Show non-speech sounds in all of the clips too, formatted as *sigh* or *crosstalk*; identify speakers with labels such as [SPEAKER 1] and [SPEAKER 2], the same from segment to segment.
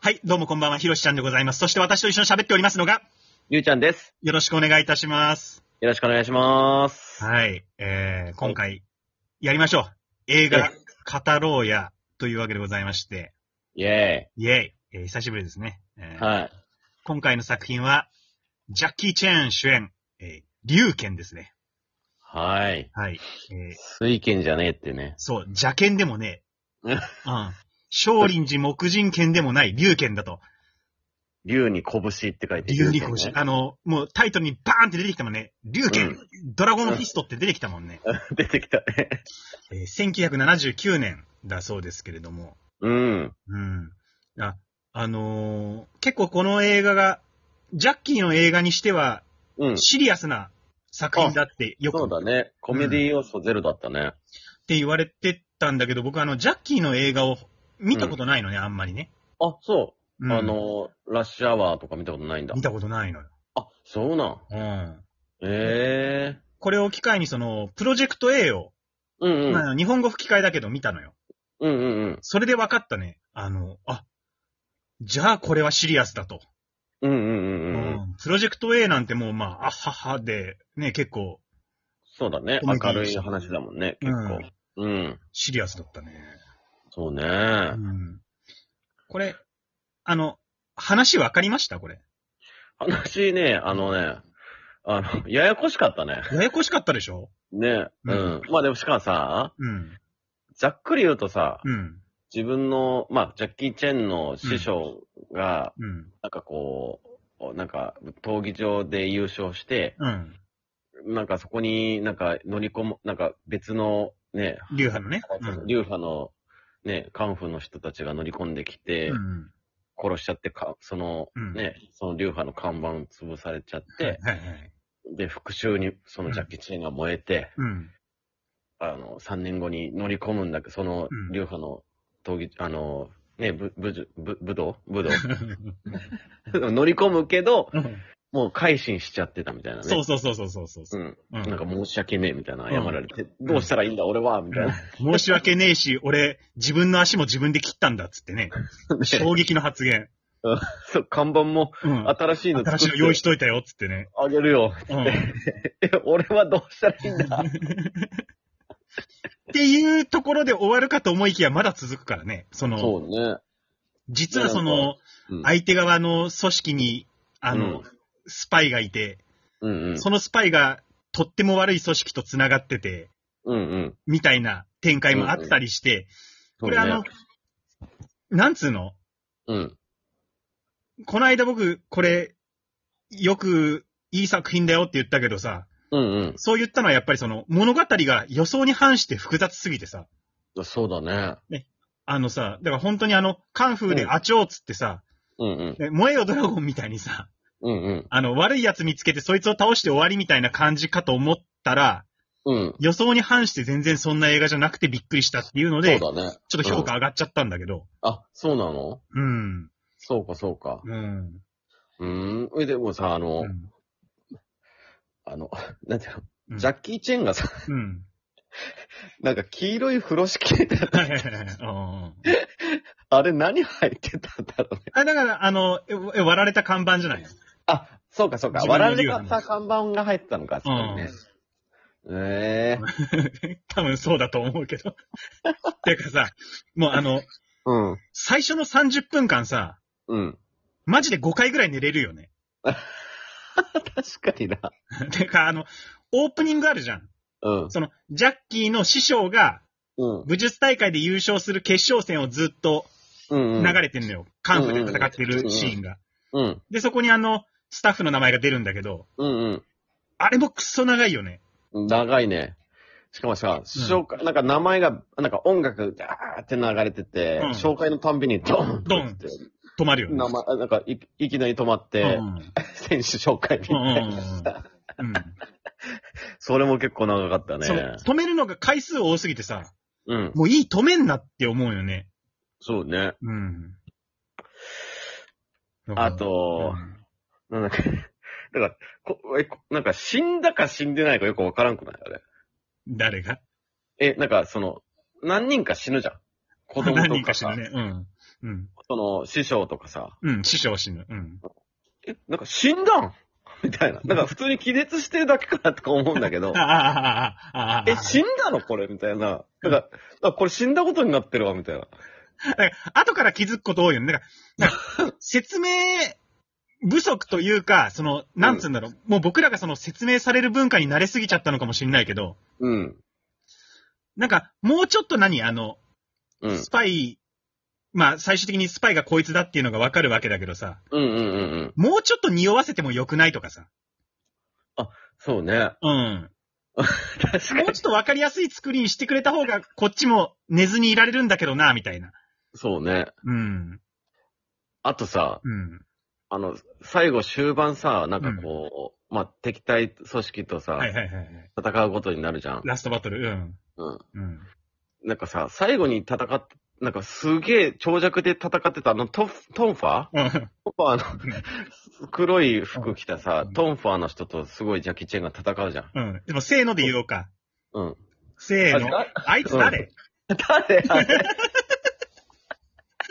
[SPEAKER 1] はい、どうもこんばんは、ひろしちゃんでございます。そして私と一緒に喋っておりますのが、
[SPEAKER 2] ゆうちゃんです。
[SPEAKER 1] よろしくお願いいたします。
[SPEAKER 2] よろしくお願いします。
[SPEAKER 1] はい、えー、今回、やりましょう。映画、語ろうや、というわけでございまして、
[SPEAKER 2] イェ
[SPEAKER 1] イェイ、えー久しぶりですね、え
[SPEAKER 2] ーイ。
[SPEAKER 1] ー
[SPEAKER 2] はい。
[SPEAKER 1] 今回の作品は、ジャッキー・チェーン主演、えー、龍剣ですね。
[SPEAKER 2] はい。
[SPEAKER 1] はい、えー、
[SPEAKER 2] 水剣じゃねえってね。
[SPEAKER 1] そう、邪剣でも *laughs* ねえ、
[SPEAKER 2] うん
[SPEAKER 1] うん。少林寺木人剣でもない龍剣だと。
[SPEAKER 2] 竜に拳って書いて
[SPEAKER 1] 竜に
[SPEAKER 2] 龍
[SPEAKER 1] 拳
[SPEAKER 2] 剣。ね
[SPEAKER 1] あの、もうタイトルにバーンって出てきたもんね。竜
[SPEAKER 2] う
[SPEAKER 1] 剣
[SPEAKER 2] ん、
[SPEAKER 1] ドラゴンフィストって出てきたもんね。
[SPEAKER 2] *laughs* 出てきたね。
[SPEAKER 1] えー1979年だそうですけれども。
[SPEAKER 2] うん。
[SPEAKER 1] うん。あ、あのー結構この映画が、ジャッキーの映画にしては、
[SPEAKER 2] うん。
[SPEAKER 1] シリアスな作品だってよく
[SPEAKER 2] そう
[SPEAKER 1] っ
[SPEAKER 2] だね。コメディ要素ゼロだったね。
[SPEAKER 1] て言われてたんだけど、僕あの、ジャッキーの映画を見たことないのね、あんまりね。
[SPEAKER 2] あ、そ
[SPEAKER 1] うん
[SPEAKER 2] う。あ、の、ラッシュアワーとか見たことないんだ
[SPEAKER 1] 見。たことないのよ。
[SPEAKER 2] あ、そうなん。
[SPEAKER 1] うん。
[SPEAKER 2] ええ。
[SPEAKER 1] これを機会にその、プロジェクト A を、
[SPEAKER 2] うんうん。
[SPEAKER 1] まあ、日本語吹き替えだけど見たのよ。
[SPEAKER 2] うんうんうん。
[SPEAKER 1] それで分かったね。あの、あ、じゃあこれはシリアスだと。
[SPEAKER 2] うんうんうんうんうん。
[SPEAKER 1] うんプロジェクト A なんてもうまあ、あははで、ね、結構
[SPEAKER 2] そうだね。
[SPEAKER 1] コメディ
[SPEAKER 2] 明るい話だもんね、結構。うん。
[SPEAKER 1] シリアスだったね。
[SPEAKER 2] そうね。
[SPEAKER 1] うん。これ、あの、話分かりましたこれ。
[SPEAKER 2] 話ね、あのね、あの、ややこしかったね。
[SPEAKER 1] ややこしかったでしょ
[SPEAKER 2] ね、うん。まあでもしかもさ、
[SPEAKER 1] うん。
[SPEAKER 2] ざっくり言うとさ、
[SPEAKER 1] うん。
[SPEAKER 2] 自分の、まあ、ジャッキー・チェンの師匠が、
[SPEAKER 1] うん。
[SPEAKER 2] なんかこう、なんか、闘技場で優勝して、
[SPEAKER 1] うん。
[SPEAKER 2] なんかそこになんか乗り込む、なんか別のね、
[SPEAKER 1] 流派のね。うん。
[SPEAKER 2] 流派のね、カンフーの人たちが乗り込んできて、
[SPEAKER 1] うん。
[SPEAKER 2] 殺しちゃってか、その
[SPEAKER 1] うん
[SPEAKER 2] ね、その流派の看板潰されちゃって、
[SPEAKER 1] はいはい。
[SPEAKER 2] で、復讐にそのジャッキー・チェンが燃えて、
[SPEAKER 1] うん。
[SPEAKER 2] あの、3年後に乗り込むんだけど、その
[SPEAKER 1] うん、
[SPEAKER 2] 流派の、闘技、あの、ね、ぶ、ぶじゅ、ぶ、武道武道
[SPEAKER 1] *laughs*
[SPEAKER 2] 乗り込むけど、もう改心しちゃってたみたいなね。
[SPEAKER 1] そうそうそうそうそうそう。
[SPEAKER 2] うん。
[SPEAKER 1] うん
[SPEAKER 2] なんか申し訳ねえみたいな、謝られて、
[SPEAKER 1] ん
[SPEAKER 2] どうしたらいいんだ俺は、みたいな。
[SPEAKER 1] 申し訳ねえし、俺、自分の足も自分で切ったんだっつって
[SPEAKER 2] *laughs*
[SPEAKER 1] ね。衝撃の発言。
[SPEAKER 2] そう、看板も
[SPEAKER 1] うん。
[SPEAKER 2] 新しいの
[SPEAKER 1] 新しい
[SPEAKER 2] 作
[SPEAKER 1] の用
[SPEAKER 2] っ
[SPEAKER 1] 意してといたよっつってね。
[SPEAKER 2] あげるよ。 *laughs*
[SPEAKER 1] うん。
[SPEAKER 2] 俺はどうしたらいいんだ。
[SPEAKER 1] っていうところで終わるかと思いきや、まだ続くからね。その、
[SPEAKER 2] *laughs* そうね。
[SPEAKER 1] 実はそ
[SPEAKER 2] なん
[SPEAKER 1] の、
[SPEAKER 2] うん
[SPEAKER 1] 相手側の組織に、あの、
[SPEAKER 2] うん
[SPEAKER 1] スパイがいて、
[SPEAKER 2] うんうん。
[SPEAKER 1] そのスパイがとっても悪い組織と繋がってて、
[SPEAKER 2] うんうん。
[SPEAKER 1] みたいな展開もあったりして、
[SPEAKER 2] そ
[SPEAKER 1] こ
[SPEAKER 2] う
[SPEAKER 1] れあの
[SPEAKER 2] ね。、
[SPEAKER 1] なんつうの
[SPEAKER 2] うん。
[SPEAKER 1] この間僕、これ、よく、いい作品だよって言ったけどさ、
[SPEAKER 2] うん
[SPEAKER 1] そう言ったのはやっぱりその、物語が予想に反して複雑すぎてさ、
[SPEAKER 2] うん。そうだね。
[SPEAKER 1] あのさ、だから本当にあの、カンフーでアチョーっつってさ、
[SPEAKER 2] うんうん。
[SPEAKER 1] ね燃えよドラゴンみたいにさ、
[SPEAKER 2] うんうん。
[SPEAKER 1] あの、悪い奴見つけてそいつを倒して終わりみたいな感じかと思ったら、
[SPEAKER 2] うん。
[SPEAKER 1] 予想に反して全然そんな映画じゃなくてびっくりしたっていうので、ちょ
[SPEAKER 2] そうだね。
[SPEAKER 1] っと評価上がっちゃったんだけど、
[SPEAKER 2] あ、そうなの
[SPEAKER 1] うん、
[SPEAKER 2] そうか、そうか。
[SPEAKER 1] うん、
[SPEAKER 2] うーん。え、でもさ、あ
[SPEAKER 1] う
[SPEAKER 2] の、
[SPEAKER 1] ん、
[SPEAKER 2] あの、 *laughs* なんていう
[SPEAKER 1] うん
[SPEAKER 2] の、ジャッキー・チェンがさ、 *laughs*
[SPEAKER 1] うん。 *laughs*
[SPEAKER 2] なんか黄色い風呂敷みたいな、
[SPEAKER 1] はいはいはいはいうん
[SPEAKER 2] あれ何入ってたんだろうね。
[SPEAKER 1] あ、だから、あの、ええ割られた看板じゃない *laughs* の
[SPEAKER 2] あ、そうかそうか。
[SPEAKER 1] 自分の
[SPEAKER 2] 割ら
[SPEAKER 1] 理
[SPEAKER 2] れ
[SPEAKER 1] 由な
[SPEAKER 2] た
[SPEAKER 1] んだ
[SPEAKER 2] 看板が入ってたのか、そうね。ええ
[SPEAKER 1] 多分そうだと思うけど。 *laughs* てかさ、もうあの、
[SPEAKER 2] うん。
[SPEAKER 1] 最初の30分間さ、
[SPEAKER 2] うん。
[SPEAKER 1] マジで5回ぐらい寝れるよね。 *laughs*
[SPEAKER 2] 確かにな。
[SPEAKER 1] てか、あの、オープニングあるじゃん。
[SPEAKER 2] うん。
[SPEAKER 1] その、ジャッキーの師匠が、
[SPEAKER 2] うん。
[SPEAKER 1] 武術大会で優勝する決勝戦をずっと
[SPEAKER 2] うん。う
[SPEAKER 1] 流
[SPEAKER 2] ん。
[SPEAKER 1] れてんのよ。カンフーで戦ってるシーンが。
[SPEAKER 2] うん。
[SPEAKER 1] で、そこにあの、スタッフの名前が出るんだけど、
[SPEAKER 2] うん
[SPEAKER 1] あれもクソ長いよね。
[SPEAKER 2] うん。長いね。しかもさ、紹介、なんか名前が、なんか音楽、ダーって流れてて、
[SPEAKER 1] うん
[SPEAKER 2] 紹介のたんびにドン
[SPEAKER 1] ドン
[SPEAKER 2] って、
[SPEAKER 1] 止まるよね。
[SPEAKER 2] 名前、なんかい、いきなり止まっ
[SPEAKER 1] う
[SPEAKER 2] て、
[SPEAKER 1] ん。
[SPEAKER 2] *laughs* 選手紹介みた
[SPEAKER 1] う
[SPEAKER 2] い
[SPEAKER 1] んうんうん
[SPEAKER 2] な。 *laughs*
[SPEAKER 1] うん。
[SPEAKER 2] それも結構長かった
[SPEAKER 1] そ
[SPEAKER 2] ね
[SPEAKER 1] の。止めるのが回数多すぎてさ、
[SPEAKER 2] うん。
[SPEAKER 1] もういい止めんなって思うよね。
[SPEAKER 2] そうね。
[SPEAKER 1] うん。
[SPEAKER 2] あ
[SPEAKER 1] うん、
[SPEAKER 2] と、なんだっけ。 *laughs* だから、こえこなんか死んだか死んでないかよくわからんくないあれ。
[SPEAKER 1] 誰が
[SPEAKER 2] え、なんかその、何人か死ぬじゃん。子供
[SPEAKER 1] *laughs*
[SPEAKER 2] と
[SPEAKER 1] 何人
[SPEAKER 2] か
[SPEAKER 1] かし
[SPEAKER 2] さ
[SPEAKER 1] らね。うん。うん。
[SPEAKER 2] その、師匠とかさ、
[SPEAKER 1] うん、師匠死ぬ。うん。
[SPEAKER 2] え、なんか死んだん *laughs* みたいな。なんか普通に気絶してるだけかなとか思うんだけ
[SPEAKER 1] *laughs*
[SPEAKER 2] ど
[SPEAKER 1] あ、あ、ああ、ああ。
[SPEAKER 2] え、死んだのこれみたいな。なんか、あこれ死んだことになってるわ、みたいな。
[SPEAKER 1] 後から気づくこと多いよね。なんか、なんか説明不足というか、その、なんつうんだろう、もう僕らがその説明される文化に慣れすぎちゃったのかもしれないけど、
[SPEAKER 2] うん。
[SPEAKER 1] なんか、もうちょっと何、あの、
[SPEAKER 2] うん。
[SPEAKER 1] スパイ、まあ、最終的にスパイがこいつだっていうのがわかるわけだけどさ、
[SPEAKER 2] うんうんうんうん。
[SPEAKER 1] もうちょっと匂わせてもよくないとかさ、
[SPEAKER 2] そうね。
[SPEAKER 1] うん。
[SPEAKER 2] 確か
[SPEAKER 1] も
[SPEAKER 2] に
[SPEAKER 1] う。ちょっとわかりやすい作りにしてくれた方が、こっちも寝ずにいられるんだけどな、みたいな。
[SPEAKER 2] そうね。
[SPEAKER 1] うん。
[SPEAKER 2] あとさ、
[SPEAKER 1] うん。
[SPEAKER 2] あの、最後終盤さ、なんかこう、まあ、敵対組織とさ、
[SPEAKER 1] はいはいはいはい。
[SPEAKER 2] 戦うことになるじゃん。
[SPEAKER 1] ラストバトル、うん。
[SPEAKER 2] うん。
[SPEAKER 1] うん。
[SPEAKER 2] なんかさ、最後に戦っ、なんかすげえ長尺で戦ってたあのトフ、トンファー
[SPEAKER 1] うん。
[SPEAKER 2] トンファーの黒い服着たさ
[SPEAKER 1] うん、
[SPEAKER 2] トンファーの人とすごいジャッキーチェンが戦うじゃん。
[SPEAKER 1] うん。でも、せーので言おうか。
[SPEAKER 2] うん。
[SPEAKER 1] せーの。
[SPEAKER 2] あ
[SPEAKER 1] あいつ誰
[SPEAKER 2] 誰あれ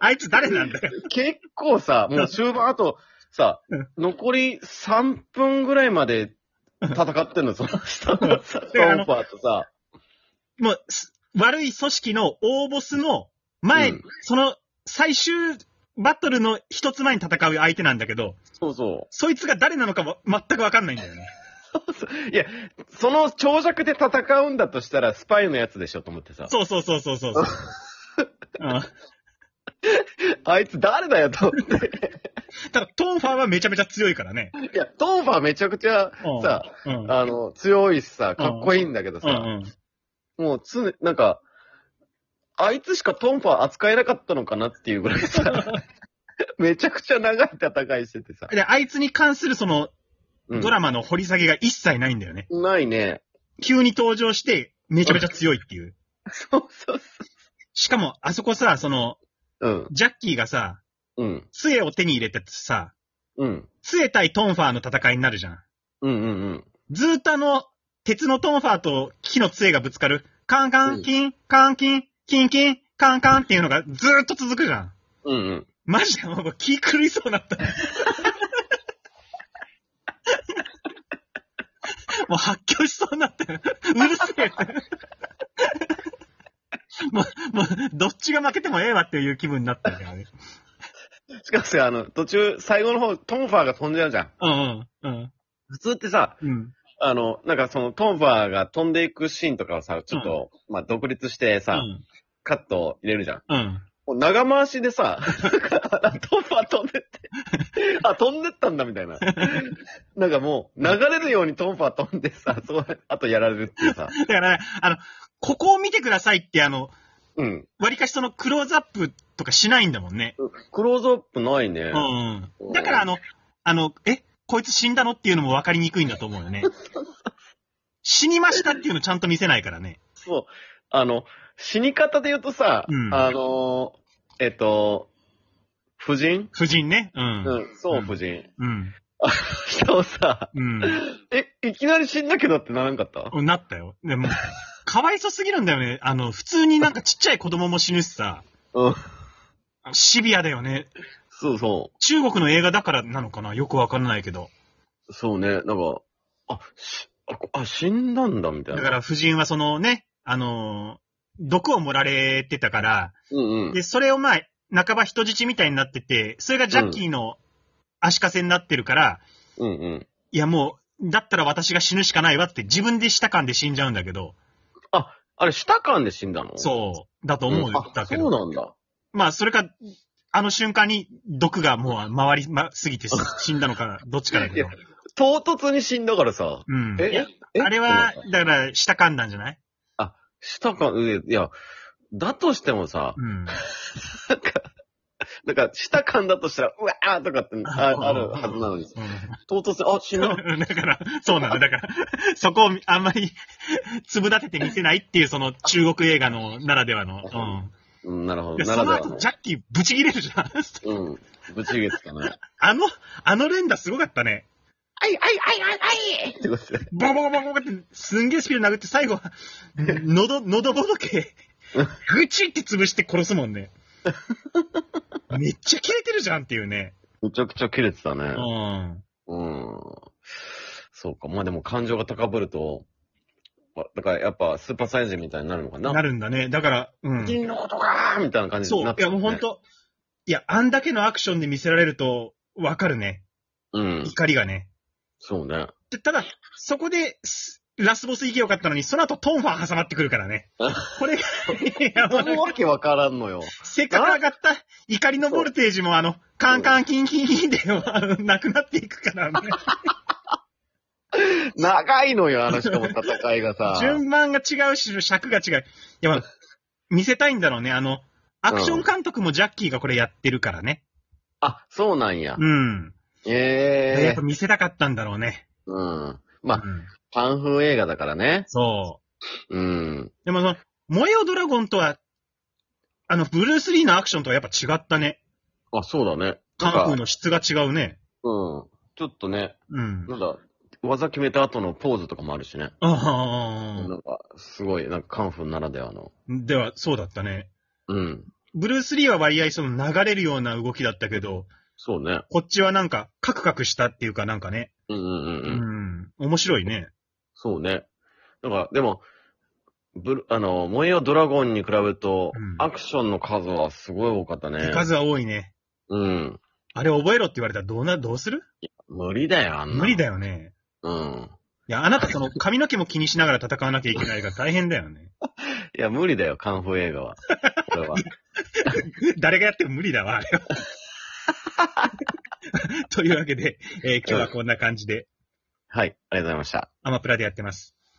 [SPEAKER 1] あいつ誰なんだよ。
[SPEAKER 2] 結構さ、もう終盤あとさ
[SPEAKER 1] うん、
[SPEAKER 2] 残り3分ぐらいまで戦ってんの、その人のさ、トン
[SPEAKER 1] であの
[SPEAKER 2] ファーとさ。
[SPEAKER 1] もう、す悪い組織の大ボスの前、
[SPEAKER 2] うん
[SPEAKER 1] その最終バトルの一つ前に戦う相手なんだけど、
[SPEAKER 2] そうそ
[SPEAKER 1] そいつが誰なのかわ全くわかんないんだよね。
[SPEAKER 2] う。いや、その長尺で戦うんだとしたら、スパイのやつでしょと思ってさ。
[SPEAKER 1] そうそうそうそうそう。うん、
[SPEAKER 2] あいつ誰だ
[SPEAKER 1] *laughs*
[SPEAKER 2] よと思って。
[SPEAKER 1] ただ、トーンファーはめちゃめちゃ強いからね。
[SPEAKER 2] いや、トーファーめちゃくちゃ
[SPEAKER 1] うん、
[SPEAKER 2] さ、
[SPEAKER 1] うん、
[SPEAKER 2] あの、強いしさ、かっこいいんだけど
[SPEAKER 1] う
[SPEAKER 2] さ、
[SPEAKER 1] ん、うん。
[SPEAKER 2] もう常、なんか、あいつしかトンファー扱えなかったのかなっていうぐらい
[SPEAKER 1] *laughs*
[SPEAKER 2] さ、めちゃくちゃ長い戦いしててさ。
[SPEAKER 1] で、あいつに関するその、
[SPEAKER 2] うん
[SPEAKER 1] ドラマの掘り下げが一切ないんだよね。
[SPEAKER 2] ないね。
[SPEAKER 1] 急に登場して、めちゃめちゃ強いっていう。
[SPEAKER 2] そうそう
[SPEAKER 1] しかも、あそこさ、その、
[SPEAKER 2] そう。
[SPEAKER 1] ジャッキーがさ、
[SPEAKER 2] うん。うん。
[SPEAKER 1] 杖を手に入れてさ、
[SPEAKER 2] うん。
[SPEAKER 1] 杖対トンファーの戦いになるじゃん。
[SPEAKER 2] うんうんうん。
[SPEAKER 1] ずーっとあの、鉄のトンファーと木の杖がぶつかる、カンカン、キン、カンキン、キンキン、カンカンっていうのがずーっと続くじゃん。
[SPEAKER 2] うんうん。
[SPEAKER 1] マジでもう気狂いそうになった。もう発狂しそうになったよ。うるせえって。もう、もう、どっちが負けてもええわっていう気分になったよねあれ。
[SPEAKER 2] しかもさ、あの、途中、最後の方、トンファーが飛んじゃうじゃん。
[SPEAKER 1] うんうん、
[SPEAKER 2] 普通ってさ、
[SPEAKER 1] うん、うん。
[SPEAKER 2] あの、なんかそのトンファーが飛んでいくシーンとかをさ、ちょっと、まあ、独立して
[SPEAKER 1] う
[SPEAKER 2] さ、
[SPEAKER 1] ん、
[SPEAKER 2] カットを入れるじゃん。
[SPEAKER 1] うん。
[SPEAKER 2] もう長回しでさ、 *laughs* トンファー飛んでって、あ、飛んでったんだみたいな。なんかもう、流れるようにトンファー飛んでさ、そう、あとやられるっていうさ。
[SPEAKER 1] だから、あの、ここを見てくださいって、あの、
[SPEAKER 2] うん。
[SPEAKER 1] わりかしそのクローズアップとかしないんだもんね。
[SPEAKER 2] クローズアップないね。
[SPEAKER 1] うんうん。だからあの、あの、え、こいつ死んだのっていうのも分かりにくいんだと思う
[SPEAKER 2] *laughs*
[SPEAKER 1] よね。死にましたっていうのちゃんと見せないからね。
[SPEAKER 2] そう。あの、死に方で言うとさ、
[SPEAKER 1] うん
[SPEAKER 2] あのー、えっと、夫人
[SPEAKER 1] 夫人ね。う。
[SPEAKER 2] うんん、そう、夫人。
[SPEAKER 1] うん。
[SPEAKER 2] 人をさ、
[SPEAKER 1] うん。
[SPEAKER 2] え、いきなり死んだけどってならんかった
[SPEAKER 1] なったよ。でも、かわいそすぎるんだよね。あの、普通になんかちっちゃい子供も死ぬしさ。
[SPEAKER 2] うん。
[SPEAKER 1] シビアだよね。
[SPEAKER 2] そうそ
[SPEAKER 1] 中国の映画だからなのかなよくわからないけど。
[SPEAKER 2] う。そうね。なんか、あ、し、あこあ、死んだんだみたい
[SPEAKER 1] だ
[SPEAKER 2] な。
[SPEAKER 1] から夫人はそのね、あの、毒を盛られてたから、
[SPEAKER 2] うんうん。
[SPEAKER 1] で、それをまあ、半ば人質みたいになってて、それがジャッキーの足かせになってるから、
[SPEAKER 2] うんうん。
[SPEAKER 1] いやもう、だったら私が死ぬしかないわって自分でした感で死んじゃうんだけど、
[SPEAKER 2] あれ、舌間で死んだのう。
[SPEAKER 1] そう、だと思うん
[SPEAKER 2] あ
[SPEAKER 1] だけ
[SPEAKER 2] そう
[SPEAKER 1] ど、
[SPEAKER 2] なんだ。
[SPEAKER 1] まあ、それか、あの瞬間に毒がもう回りま、すぎて死んだのか、どっちかだけど
[SPEAKER 2] い。唐突に死んだからさ。
[SPEAKER 1] うん。いや
[SPEAKER 2] え、え
[SPEAKER 1] あれは、だから、した感なんじゃない
[SPEAKER 2] 舌間、いや、だとしてもさ、
[SPEAKER 1] うん。
[SPEAKER 2] なんか、舌間だとしたら、うわーとかってああるはずなのに、唐突に、あ、死んだ。
[SPEAKER 1] うん *laughs* だから、そうなんだ。だから、そこをあんまりつぶ立てて見せないっていう、その中国映画のならではの。うん。
[SPEAKER 2] うん、なるほ
[SPEAKER 1] で
[SPEAKER 2] ど。な
[SPEAKER 1] そ
[SPEAKER 2] らで
[SPEAKER 1] の
[SPEAKER 2] は
[SPEAKER 1] 後、
[SPEAKER 2] の
[SPEAKER 1] ジ。ャッキー、ブチ切れるじゃん。
[SPEAKER 2] うん。ぶちげて
[SPEAKER 1] *laughs*
[SPEAKER 2] たね。
[SPEAKER 1] あの、あの連打すごかったね。
[SPEAKER 2] あい、あい、あい、あい、あいってことで。
[SPEAKER 1] ボコボコボコボコって、すんげえスピード殴って、最後は、喉、喉ぼどけ、ぐちって潰して殺すもんね。めっちゃ切れてるじゃんっていうね。
[SPEAKER 2] *laughs* めちゃくちゃ切れてたね。
[SPEAKER 1] うん。
[SPEAKER 2] うん。そうか。まあでも感情が高ぶると、まあだからやっぱスーパーサイズみたいになるのかな。
[SPEAKER 1] なるんだね。だから、うん。
[SPEAKER 2] 人のことかーみたいな感じ
[SPEAKER 1] そ
[SPEAKER 2] に
[SPEAKER 1] う。
[SPEAKER 2] なっ
[SPEAKER 1] い
[SPEAKER 2] て
[SPEAKER 1] や、
[SPEAKER 2] たね
[SPEAKER 1] もうほん。と、いや、あんだけのアクションで見せられると、わかるね。
[SPEAKER 2] うん。
[SPEAKER 1] 怒りがね。
[SPEAKER 2] そうね。
[SPEAKER 1] でただ、そこで、すラスボス行けよかったのに、その後トンファー挟まってくるから
[SPEAKER 2] *laughs*
[SPEAKER 1] ね。これが、いや、も
[SPEAKER 2] そ
[SPEAKER 1] な
[SPEAKER 2] う
[SPEAKER 1] ん
[SPEAKER 2] の
[SPEAKER 1] か
[SPEAKER 2] わけわからんのよ。
[SPEAKER 1] せっかく上がった怒りのボルテージも、あの、カンカンキンキンキンで、あの *laughs* なくなっていくからね。。
[SPEAKER 2] *laughs* 長いのよ、あの人も戦いがさ *laughs*
[SPEAKER 1] 順番が違うし、尺が違う。いや、まあ、見せたいんだろうね。あの、アクション監督もジャッキーがこれやってるからね。
[SPEAKER 2] あ、そうなんや。
[SPEAKER 1] うん。やっ
[SPEAKER 2] ええ
[SPEAKER 1] ぱ見せたかったんだろうね。
[SPEAKER 2] うん。
[SPEAKER 1] う
[SPEAKER 2] まあ、
[SPEAKER 1] ん、
[SPEAKER 2] パン風映画だからね。
[SPEAKER 1] そ
[SPEAKER 2] うん。
[SPEAKER 1] う。でもその、燃えよドラゴンとは、あの、ブルース・リーのアクションとはやっぱ違ったね。
[SPEAKER 2] あ、そうだね。
[SPEAKER 1] カンフー
[SPEAKER 2] なんか
[SPEAKER 1] の質が違うね。
[SPEAKER 2] うん。ちょっとね、
[SPEAKER 1] うん。
[SPEAKER 2] なんだ、技決めた後のポーズとかもあるしね。
[SPEAKER 1] あ
[SPEAKER 2] なんか、すごい、なんかカンフーならではの。
[SPEAKER 1] あ。では、そうだったね。
[SPEAKER 2] うん。
[SPEAKER 1] ブルース・リーは割合その流れるような動きだったけど、
[SPEAKER 2] そうね。
[SPEAKER 1] こっちはなんか、カクカクしたっていうかなんかね。
[SPEAKER 2] うんうん
[SPEAKER 1] う
[SPEAKER 2] うん。うん、
[SPEAKER 1] ん。面白いね。
[SPEAKER 2] そうね。なんか、でも、ブル、あの、燃えよドラゴンに比べると、
[SPEAKER 1] うん
[SPEAKER 2] アクションの数はすごい多かったね。
[SPEAKER 1] 数は多いね。
[SPEAKER 2] うん。
[SPEAKER 1] あれ覚えろって言われたらどうな、どうする
[SPEAKER 2] 無理だよ、あんな。
[SPEAKER 1] 無理だ
[SPEAKER 2] よ。
[SPEAKER 1] よね。
[SPEAKER 2] うん。
[SPEAKER 1] いや、あなた
[SPEAKER 2] *laughs*
[SPEAKER 1] その髪の毛も気にしながら戦わなきゃいけないから大変だよね。
[SPEAKER 2] いや、無理だよ、カンフー映画
[SPEAKER 1] *laughs*
[SPEAKER 2] は。これは。
[SPEAKER 1] 誰がやっても無理だわ、あれは。
[SPEAKER 2] *laughs*
[SPEAKER 1] というわけで、えー今日はこんな感じで、
[SPEAKER 2] はい、ありがとうございました。
[SPEAKER 1] アマプラでやってます。